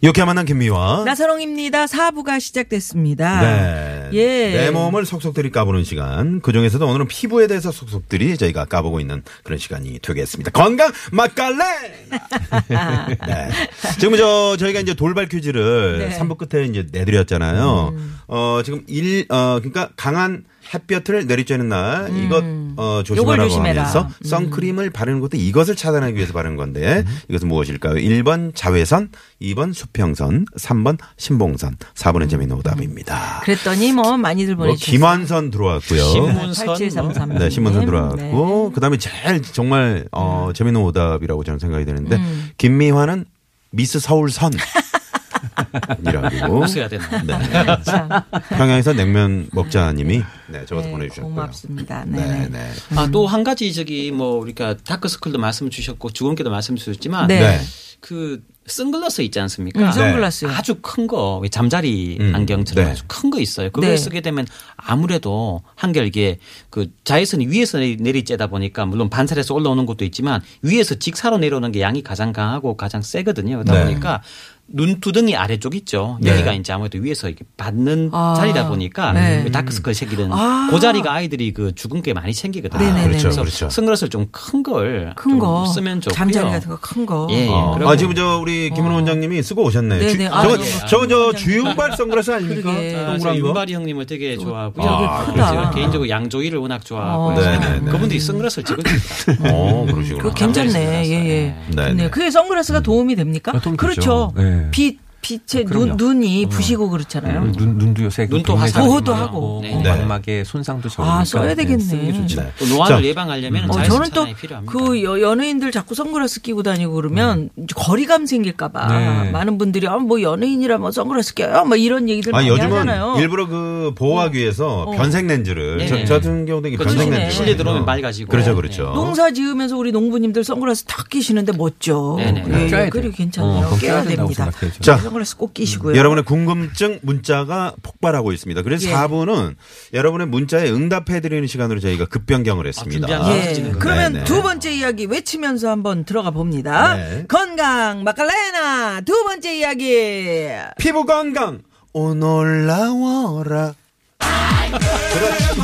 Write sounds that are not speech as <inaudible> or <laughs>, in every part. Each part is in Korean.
이렇게 만난 네, 김미화. 나서롱입니다. 사부가 시작됐습니다. 네. 예. 내 몸을 속속들이 까보는 시간. 그 중에서도 오늘은 피부에 대해서 속속들이 저희가 까보고 있는 그런 시간이 되겠습니다. 건강 맛깔래! <laughs> 네. 지금 저, 저희가 이제 돌발 퀴즈를 네. 음. 삼 3부 끝에 이제 내드렸잖아요. 어, 지금 일, 어, 그러니까 강한 햇볕을 내리쬐는 날 이것, 어, 음. 요걸 조심하라고 조심해라. 하면서 음. 선크림을 바르는 것도 이것을 차단하기 위해서 바른 건데 이것은 무엇일까요? 1번 자외선, 2번 수평선, 3번 신봉선, 4번은 재미있는 오답입니다. 그랬더니 뭐 많이들 뭐 보내주셨어요. 김한선 들어왔고요. 8733. 네, 신문선 들어왔고 그다음에 제일 정말 어 음. 재미있는 오답이라고 저는 생각이 되는데 김미화는 미스 서울선 <laughs> 이라고 써야 되나? 네. 평양에서 냉면 먹자님이 네, 저것도 보내주셨고요. 고맙습니다. 네. 네, 네. 네. 아, 또 한 가지 저기 뭐 우리가 다크스쿨도 말씀 주셨고 주근깨도 말씀 주셨지만 네. 네. 그 선글라스 있지 않습니까? 네. 음, 선글라스. 아주 큰 거, 왜 잠자리 음, 안경처럼 네. 아주 큰 거 있어요. 그걸 네. 쓰게 되면 아무래도 한결계 그 자외선이 위에서 내리- 내리쬐다 보니까 물론 반사해서 올라오는 것도 있지만 위에서 직사로 내려오는 게 양이 가장 강하고 가장 세거든요. 그러다 네. 보니까 눈두덩이 아래쪽 있죠. 네. 여기가 이제 아무래도 위에서 이렇게 받는 아, 자리다 보니까 그 네. 다크스컬 생기는 아. 그 자리가 아이들이 그 죽은 게 많이 생기거든요. 네네네. 그렇죠, 그래서 그렇죠. 선글라스를 좀 큰 걸 아, 큰 거. 쓰면 좋고요. 잠자리 같은 거 큰 거. 예, 예. 어. 그리고 아 지금 저 우리 김은호 원장님이 쓰고 오셨네요. 네, 주- 네. 아, 저거 예, 아, 저거 저 주윤발 선글라스 아닙니까? 그러게. 아, 동그란 제가 거. 윤발이 형님을 되게 좋아하고요. 되게 크다. 제가 개인적으로 양조위를 워낙 좋아하고 그렇죠. 어. 그래서 네네네. <laughs> 그분들이 선글라스를 찍어줍니다. 어, 그러시구나. 그거 괜찮네. 잠자리 예, 예. 선글라스. 네, 네. 네. 그게 선글라스가 도움이 됩니까? 아, 도움 그렇죠. 되죠. 예. 빛, 빛에 눈, 눈이 부시고 그렇잖아요. 음, 눈, 눈도 요새 눈도 굉장히 화상. 보호도 많이 하고. 나오고, 뭐 네. 망막에 손상도 적으니까 아, 써야 되겠네. 쓰는 게 좋죠. 네. 또 노안을 자, 예방하려면 어, 자외선 저는 차단이 필요합니다. 또 그 연예인들 자꾸 선글라스 끼고 다니고 그러면 거리감 생길까봐 네. 많은 분들이 아, 뭐 연예인이라 뭐 선글라스 껴요? 뭐 이런 얘기들 아 많이 요즘은 하잖아요. 일부러 그 보호하기 위해서 변색 렌즈를 저, 네. 저 같은 경우도 이게 그 변색 실내- 렌즈 실내 들어오면 맑아지고. 그렇죠 네. 그렇죠 농사 지으면서 우리 농부님들 선글라스 탁 끼시는데 멋져. 네네. 예, 껴야 돼. 그리고 괜찮아요. 어, 그건 껴야 껴야 된다고 됩니다. 생각해요, 저는. 자. 선글라스 꼭 끼시고요. 여러분의 궁금증 문자가 폭발하고 있습니다. 그래서 예. 4부는 여러분의 문자에 응답해드리는 시간으로 저희가 급변경을 했습니다. 아, 준비한 게 예. 없어지는 거예요. 그러면 네, 네. 두 번째 이야기 외치면서 한번 들어가 봅니다. 네. 건강 마칼레나 두 번째 이야기. 피부 건강 오놀라워라.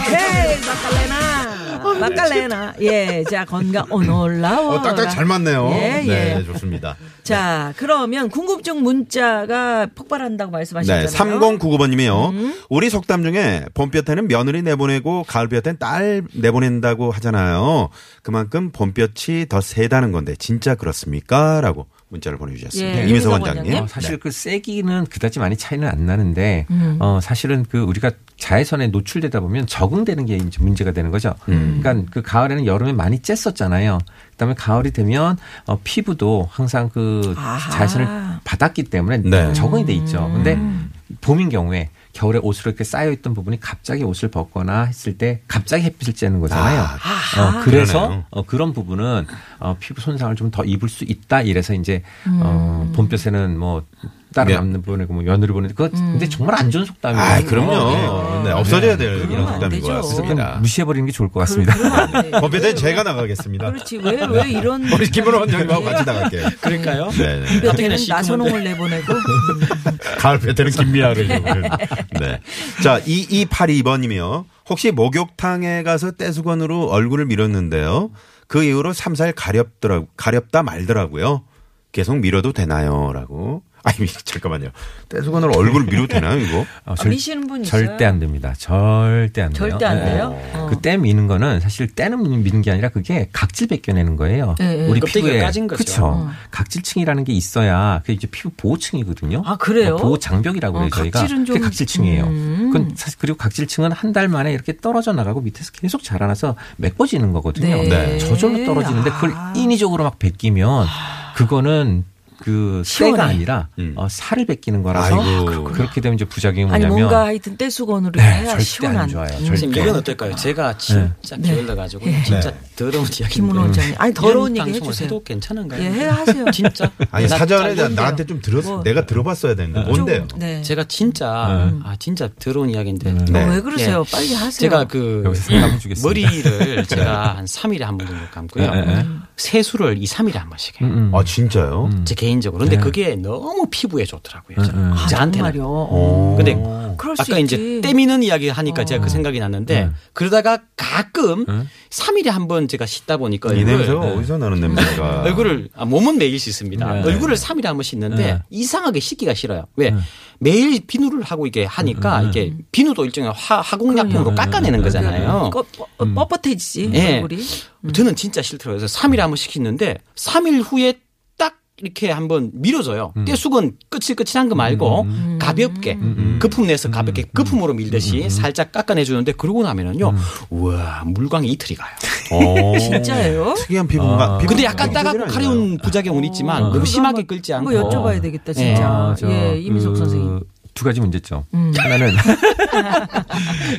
헤이 <laughs> 마칼레나 마칼레나 예자 건강 오놀라워 어, 딱딱 잘 맞네요. 예, 예. 네, 좋습니다. 자 그러면 궁금증 문자가 폭발한다고 말씀하셨잖아요 음. 네, 3099번님이요. 우리 속담 중에 봄볕에는 며느리 내보내고 가을볕엔 딸 내보낸다고 하잖아요. 그만큼 봄볕이 더 세다는 건데 진짜 그렇습니까? 라고 문자를 보내주셨습니다. 예, 네, 이민서 이민석 원장님. 원장님. 어, 사실 그 세기는 그다지 많이 차이는 안 나는데 음. 어, 사실은 그 우리가 자외선에 노출되다 보면 적응되는 게 이제 문제가 되는 거죠. 음. 그러니까 그 가을에는 여름에 많이 쬐었잖아요. 그다음에 가을이 되면 어, 피부도 항상 그 아하. 자외선을 받았기 때문에 네. 적응이 돼 있죠. 근데 음. 봄인 경우에 겨울에 옷으로 이렇게 쌓여있던 부분이 갑자기 옷을 벗거나 했을 때 갑자기 햇빛을 쬐는 거잖아요. 어, 그러네요. 그래서 어, 그런 부분은 어, 피부 손상을 좀 더 입을 수 있다 이래서 이제 음. 어, 봄볕에는 뭐 다른 네. 남는 보내고 뭐 연으로 보내고 그거 음. 근데 정말 안 좋은 속담이에요. 아, 그럼요. 네, 없어져야 될 그러면 그런 안 속담인 되죠. 것 같습니다. 무시해 버리는 게 좋을 것 같습니다. <laughs> 봄볕엔 제가 나가겠습니다. 그렇지 왜 왜 이런 <laughs> 우리 김은호 원장님하고 같이 나갈게요. 그럴까요? 네, 네. 뼈대는 시커먼데. 나선홍을 내보내고 음, 가을볕 때는 김미아를 입는. 네. 자, 2282번님이요. 혹시 목욕탕에 가서 떼수건으로 얼굴을 밀었는데요. 그 이후로 3, 4일 가렵더라, 가렵다 말더라고요. 계속 밀어도 되나요? 라고. 아니, <laughs> 잠깐만요. 떼수건으로 얼굴 밀어도 되나요, 이거? 어, 아, 미시는 분 있어요? 절대 안 됩니다. 절대 안 돼요. 절대 안 네. 돼요 어. 그 때 미는 거는 사실 때는 미는 게 아니라 그게 각질 벗겨내는 거예요. 예, 어. 예. 우리 껍데기가 피부에 까진 그러니까 거죠. 그쵸. 각질층이라는 게 있어야 그게 이제 피부 보호층이거든요. 뭐 아, 그래요? 보호 장벽이라고 어, 그래요 저희가. 각질은 좀- 그게 각질층이에요. 음. 그건 사실 그리고 각질층은 한 달 만에 이렇게 떨어져 나가고 밑에서 계속 자라나서 메꿔지는 거거든요. 네. 네. 저절로 떨어지는데 그걸 아. 인위적으로 막 벗기면 그거는 그 시원해. 때가 아니라 음. 어, 살을 벗기는 거라서 아이고. 그렇게 되면 이제 부작용이 아니 뭐냐면 뭔가 하여튼 떼수건으로 네, 해야 절대 시원한. 안 좋아요. 음. 절대. 선생님 이건 어떨까요? 제가 진짜 네. 게을러가지고 진짜 더러운 이야기. 음. 김은호 원장님. 아니 더러운 얘기 해주세요. 해도 괜찮은가요? 예, 해- 하세요. 진짜. 아니 나 사전에 짤- 나- 나한테 좀 들었, 뭐. 내가 들어봤어야 되는데 좀, 뭔데요? 네. 제가 진짜 아 진짜 더러운 이야기인데. 네. 어, 네. 왜 그러세요? 빨리 하세요. 예. 제가 그 여기서 상담 주겠습니다. <laughs> 네. 머리를 제가 한 3일에 한 번 정도 감고요. 세수를 2, 3일에 한 번씩 해요. 음. 네. 아 진짜요? 제 개인적으로. 근데 그게 너무 피부에 좋더라고요. 음, 아, 저한테는. 정말요. 오. 근데 그럴 수 아까 이제 있지. 어. 때미는 이야기 하니까 제가 그 생각이 났는데 네. 그러다가 가끔 3일에 한 번 제가 씻다 보니까 이 얼굴을, 냄새가 어디서 나는 냄새가? 얼굴을 <laughs> 아, 몸은 매일 씻습니다. 네. 얼굴을 3일에 한 번 씻는데 이상하게 씻기가 싫어요. 왜? 매일 비누를 하고 이게 음, 하니까 이게 비누도 일종의 화, 화공약품으로 깎아내는 네, 거잖아요. 음. 거- 음. 뻣- 뻣뻣해지지 예. 얼굴이. 저는 진짜 싫더라고요. 그래서 3일에 한 번 시키는데 3일 후에 딱 이렇게 한번 밀어줘요. 음. 떼수건 끝질끝질한 거 말고 가볍게 음. 거품 내서 가볍게 거품으로 밀듯이 살짝 깎아내주는데 그러고 음. 나면은요. 우와 물광이 이틀이 가요. 오. 진짜예요? 어. 특이한 피부가. 피부 뭐 근데 약간 피부가 따갑고 아니에요. 가려운 부작용은 있지만 그거 너무 심하게 한번 끓지 그거 않고. 여쭤봐야 되겠다 예. 진짜. 아, 저 예, 이민석 그 선생님. 음. 두 가지 문제점. <laughs> 하나는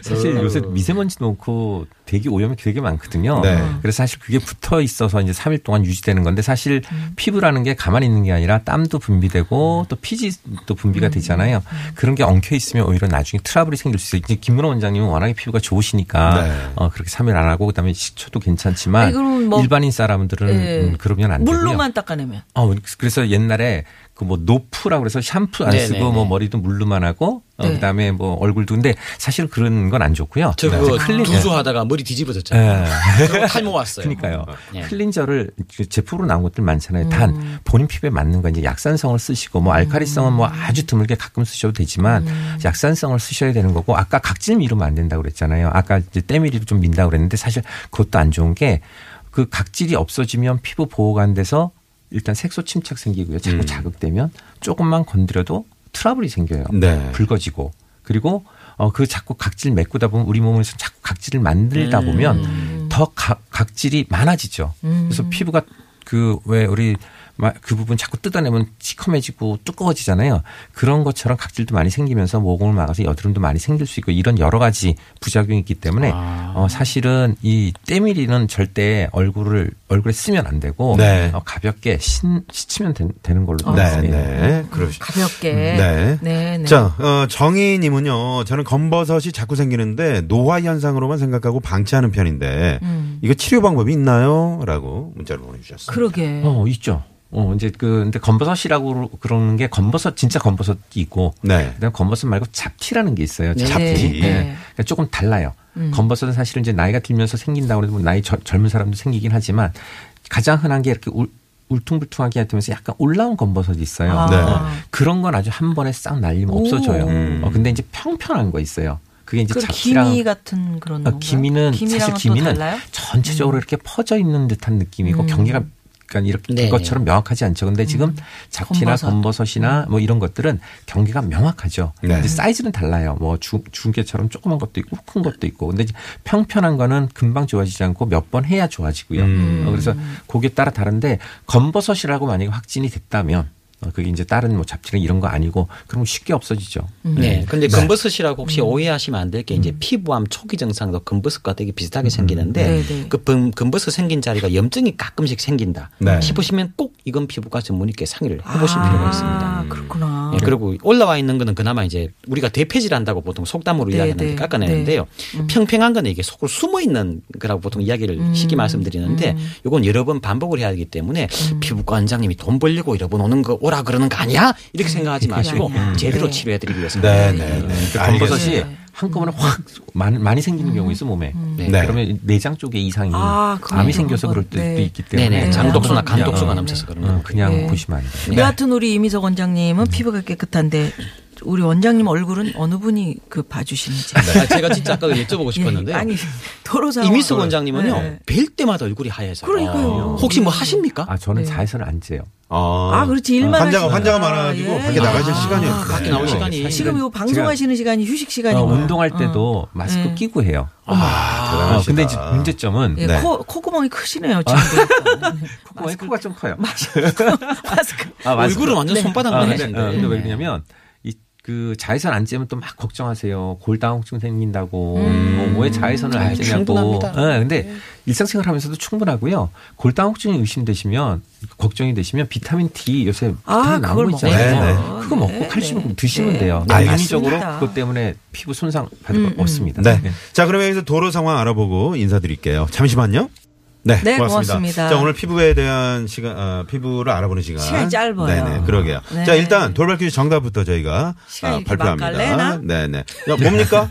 사실 어. 요새 미세먼지도 많고 대기 오염이 되게 많거든요. 네. 그래서 사실 그게 붙어 있어서 이제 3일 동안 유지되는 건데 사실 음. 피부라는 게 가만히 있는 게 아니라 땀도 분비되고 또 피지도 분비가 음. 되잖아요. 그런 게 엉켜 있으면 오히려 나중에 트러블이 생길 수 있어요. 이제 김문호 원장님은 워낙에 피부가 좋으시니까 네. 어, 그렇게 3일 안 하고 그다음에 식초도 괜찮지만 아니, 그럼 뭐- 일반인 사람들은 예. 음, 그러면 안 되고요. 물로만 닦아내면. 어, 그래서 옛날에 그 뭐 노프라고 그래서 샴푸 안 네네네. 쓰고 뭐 머리도 물로만 하고 어, 네. 그다음에 뭐 얼굴도 근데 사실 그런 건 안 좋고요. 저 그래서 그거 네. 클린- 두수하다가 머리 뒤집어졌잖아요. 예. 그거 탈모 왔어요. 그러니까요. 예. 클린저를 그 제품으로 나온 것들 많잖아요. 단 본인 피부에 맞는 건 이제 약산성을 쓰시고 뭐 알카리성은 뭐 아주 드물게 가끔 쓰셔도 되지만 약산성을 쓰셔야 되는 거고 아까 각질 미루면 안 된다고 그랬잖아요. 아까 이제 때밀이도 좀 민다고 그랬는데 사실 그것도 안 좋은 게 그 각질이 없어지면 피부 보호가 안 돼서 일단 색소 침착 생기고요. 자꾸 음. 자극되면 조금만 건드려도 트러블이 생겨요. 네. 붉어지고 그리고 어, 그 자꾸 각질 메꾸다 보면 우리 몸에서 자꾸 각질을 만들다 보면 더 가- 각질이 많아지죠. 그래서 피부가 그 왜 우리 마- 그 부분 자꾸 뜯어내면 시커매지고 두꺼워지잖아요. 그런 것처럼 각질도 많이 생기면서 모공을 막아서 여드름도 많이 생길 수 있고 이런 여러 가지 부작용이 있기 때문에 어, 사실은 이 때밀이는 절대 얼굴을 얼굴에 쓰면 안 되고 네. 어, 가볍게 신, 씻으면 된- 되는 걸로 돼 네, 있어요. 네. 그러시. 가볍게. 네. 네, 네. 자, 어, 정희님은요, 저는 검버섯이 자꾸 생기는데 노화 현상으로만 생각하고 방치하는 편인데 이거 치료 방법이 있나요? 라고 문자를 보내주셨어요. 그러게. 어, 있죠. 어, 이제 그, 근데 건버섯이라고 그러는 게 건버섯, 진짜 건버섯이 있고, 네. 그 다음에 건버섯 말고 잡티라는 게 있어요. 네. 음. 잡티. 네. 예. 그러니까 조금 달라요. 건버섯은 사실은 이제 나이가 들면서 생긴다고 해서 뭐 나이 저- 젊은 사람도 생기긴 하지만 가장 흔한 게 이렇게 울, 울퉁불퉁하게 되면서 약간 올라온 건버섯이 있어요. 아. 네. 어, 그런 건 아주 한 번에 싹 날리면 없어져요. 오. 어, 근데 이제 평평한 거 있어요. 그게 이제 그 잡티랑 기미 같은 그런 어, 건가요? 기미는 사실 기미랑은 기미는 또 달라요? 음. 전체적으로 이렇게 퍼져 있는 듯한 느낌이고 경계가 그러니까 이렇게 네. 그것처럼 명확하지 않죠. 근데 지금 음. 잡티나 검버섯. 음. 검버섯이나 뭐 이런 것들은 경계가 명확하죠. 네. 근데 사이즈는 달라요. 뭐 주, 중계처럼 조그만 것도 있고 큰 것도 있고. 근데 이제 평편한 거는 금방 좋아지지 않고 몇 번 해야 좋아지고요. 어, 그래서 거기에 따라 다른데 검버섯이라고 만약에 확진이 됐다면 어, 그게 이제 다른 뭐 잡티나 이런 거 아니고 그럼 쉽게 없어지죠. 음. 네. 근데 검버섯이라고 혹시 오해하시면 안 될 게 이제 피부암 초기 증상도 검버섯과 되게 비슷하게 생기는데 네, 네. 그 범- 검버섯 생긴 자리가 염증이 가끔씩 생긴다 네. 싶으시면 꼭 이건 피부과 전문의께 상의를 해보실 필요가 있습니다. 아, 그렇구나. 예, 그리고 올라와 있는 거는 그나마 이제 우리가 대패질 한다고 보통 속담으로 네, 이야기하는데 네. 음. 깎아내는데요. 평평한 거는 이게 속으로 숨어 있는 거라고 보통 이야기를 쉽게 말씀드리는데 요건 여러 번 반복을 해야 되기 때문에 음. 피부과 원장님이 돈 벌려고 여러 번 오는 거 오라 그러는 거 아니야? 이렇게 생각하지 마시고 아니야. 제대로 음. 네. 치료해 드리기 위해서. 음. 아, 네, 네, 네. 그 알겠습니다. 검버섯이 한꺼번에 확 많이, 많이 생기는 경우 있어 몸에. 네. 네. 그러면 내장 쪽에 이상이 아, 그건 암이 또 생겨서 한번- 그럴 때도 네. 있기 네네. 때문에 장독소나 그냥, 간독소가 어, 넘쳐서 그런 어, 거고. 그냥 네. 보시면 안 돼요. 여하튼 우리 이미석 원장님은 피부가 깨끗한데 우리 원장님 얼굴은 어느 분이 그 봐주시는지. 아, 제가 진짜 아까 여쭤보고 싶었는데 예, 아니 <laughs> 도로 상황. 이미숙 원장님은요 네. 뵐 때마다 얼굴이 하얘져요. 그러니까요. 혹시 뭐 하십니까? 아 저는 네. 자외선을 안 쬐요. 아 그렇지 일만 하시면- 환자가- 환자가 많아가지고 밖에 나가실 시간이 없어요. 밖에 나올 시간이 예. 아, 지금 이거 방송하시는 시간이 휴식 아, 시간이고 네. 어, 운동할 때도 마스크 네. 끼고 해요. 대단하시다. 어, 근데 이제 문제점은 예, 네. 코, 코구멍이 크시네요 지금 코가 코가 좀 커요. 마스크 아, 마스크. 얼굴은 완전 네. 손바닥 아, 만 네. 근데, 하신데. 어, 근데 왜 그러냐면 이 그 자외선 안 쬐면 또 막 걱정하세요. 골다공증 생긴다고. 어, 왜 자외선을 안 아이, 쬐냐고. 충분합니다. 예, 근데 일상생활 하면서도 충분하고요. 골다공증이 의심되시면 걱정이 되시면 비타민 D 요새 아, 비타민 나오고 그걸 있잖아요. 먹어요. 그거 네, 먹고 네. 칼슘 드시면 돼요. 네, 인위적으로 알겠습니다. 그것 때문에 피부 손상 받을 거 없습니다. 네. 자, 그러면 여기서 도로 상황 알아보고 인사드릴게요. 잠시만요. 네, 네, 고맙습니다. 고맙습니다. 자, 오늘 피부에 대한 시간, 아, 피부를 알아보는 시간. 시간이 짧아요. 네네, 그러게요. 네. 자, 일단 돌발 퀴즈 정답부터 저희가 시간이 아, 이렇게 발표합니다. 맛깔래나? 네네. 야, <laughs> 뭡니까?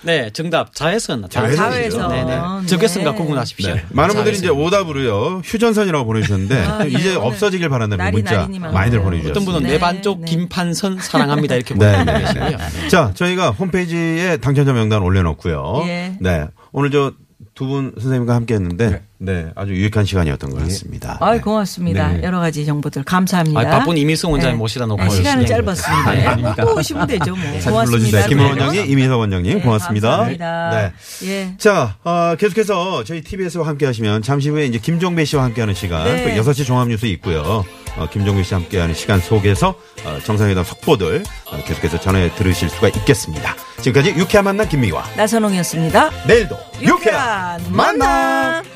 네, 정답 자외선. 자외선이죠. 자외선이죠. 네, 네. 네. 적외선과 구분하십시오. 네. 많은 분들이 이제 오답으로요. 휴전선이라고 보내주셨는데 아, 네. 이제 오늘 없어지길 바란다는 날이 문자 날이니만큼. 많이들 어떤 분은 보내주셨습니다. 네, 내 반쪽 네. 김판선 사랑합니다 이렇게 네, 보내고 네, 계시고요. 네. <laughs> 자, 저희가 홈페이지에 당첨자 명단 올려놓고요. 예. 네. 오늘 저 두 분 선생님과 함께 했는데, 네. 아주 유익한 시간이었던 것 같습니다. 아이 네. 고맙습니다. 네. 여러 가지 정보들 감사합니다. 아, 아, 바쁜 이미승 원장님 모시다 놓고 네. 시간은 그러시네요. 짧았습니다. 네, 예. 아닙니다. 또 오시면 되죠. 뭐. 고맙습니다. 불러주세요. 김호 원장님, 이민석 원장님, 네, 고맙습니다. 감사합니다. 네. 예. 자, 어, 계속해서 저희 TBS와 함께 하시면 잠시 후에 이제 김종배 씨와 함께 하는 시간, 네. 또 6시 종합뉴스 있고요. 어, 김종배 씨와 함께 하는 시간 속에서 어, 정상회담 속보들 어, 계속해서 전해 들으실 수가 있겠습니다. 지금까지 유쾌한 만남 김미화. 나선홍이었습니다. 내일도 유쾌한 유쾌한 만남.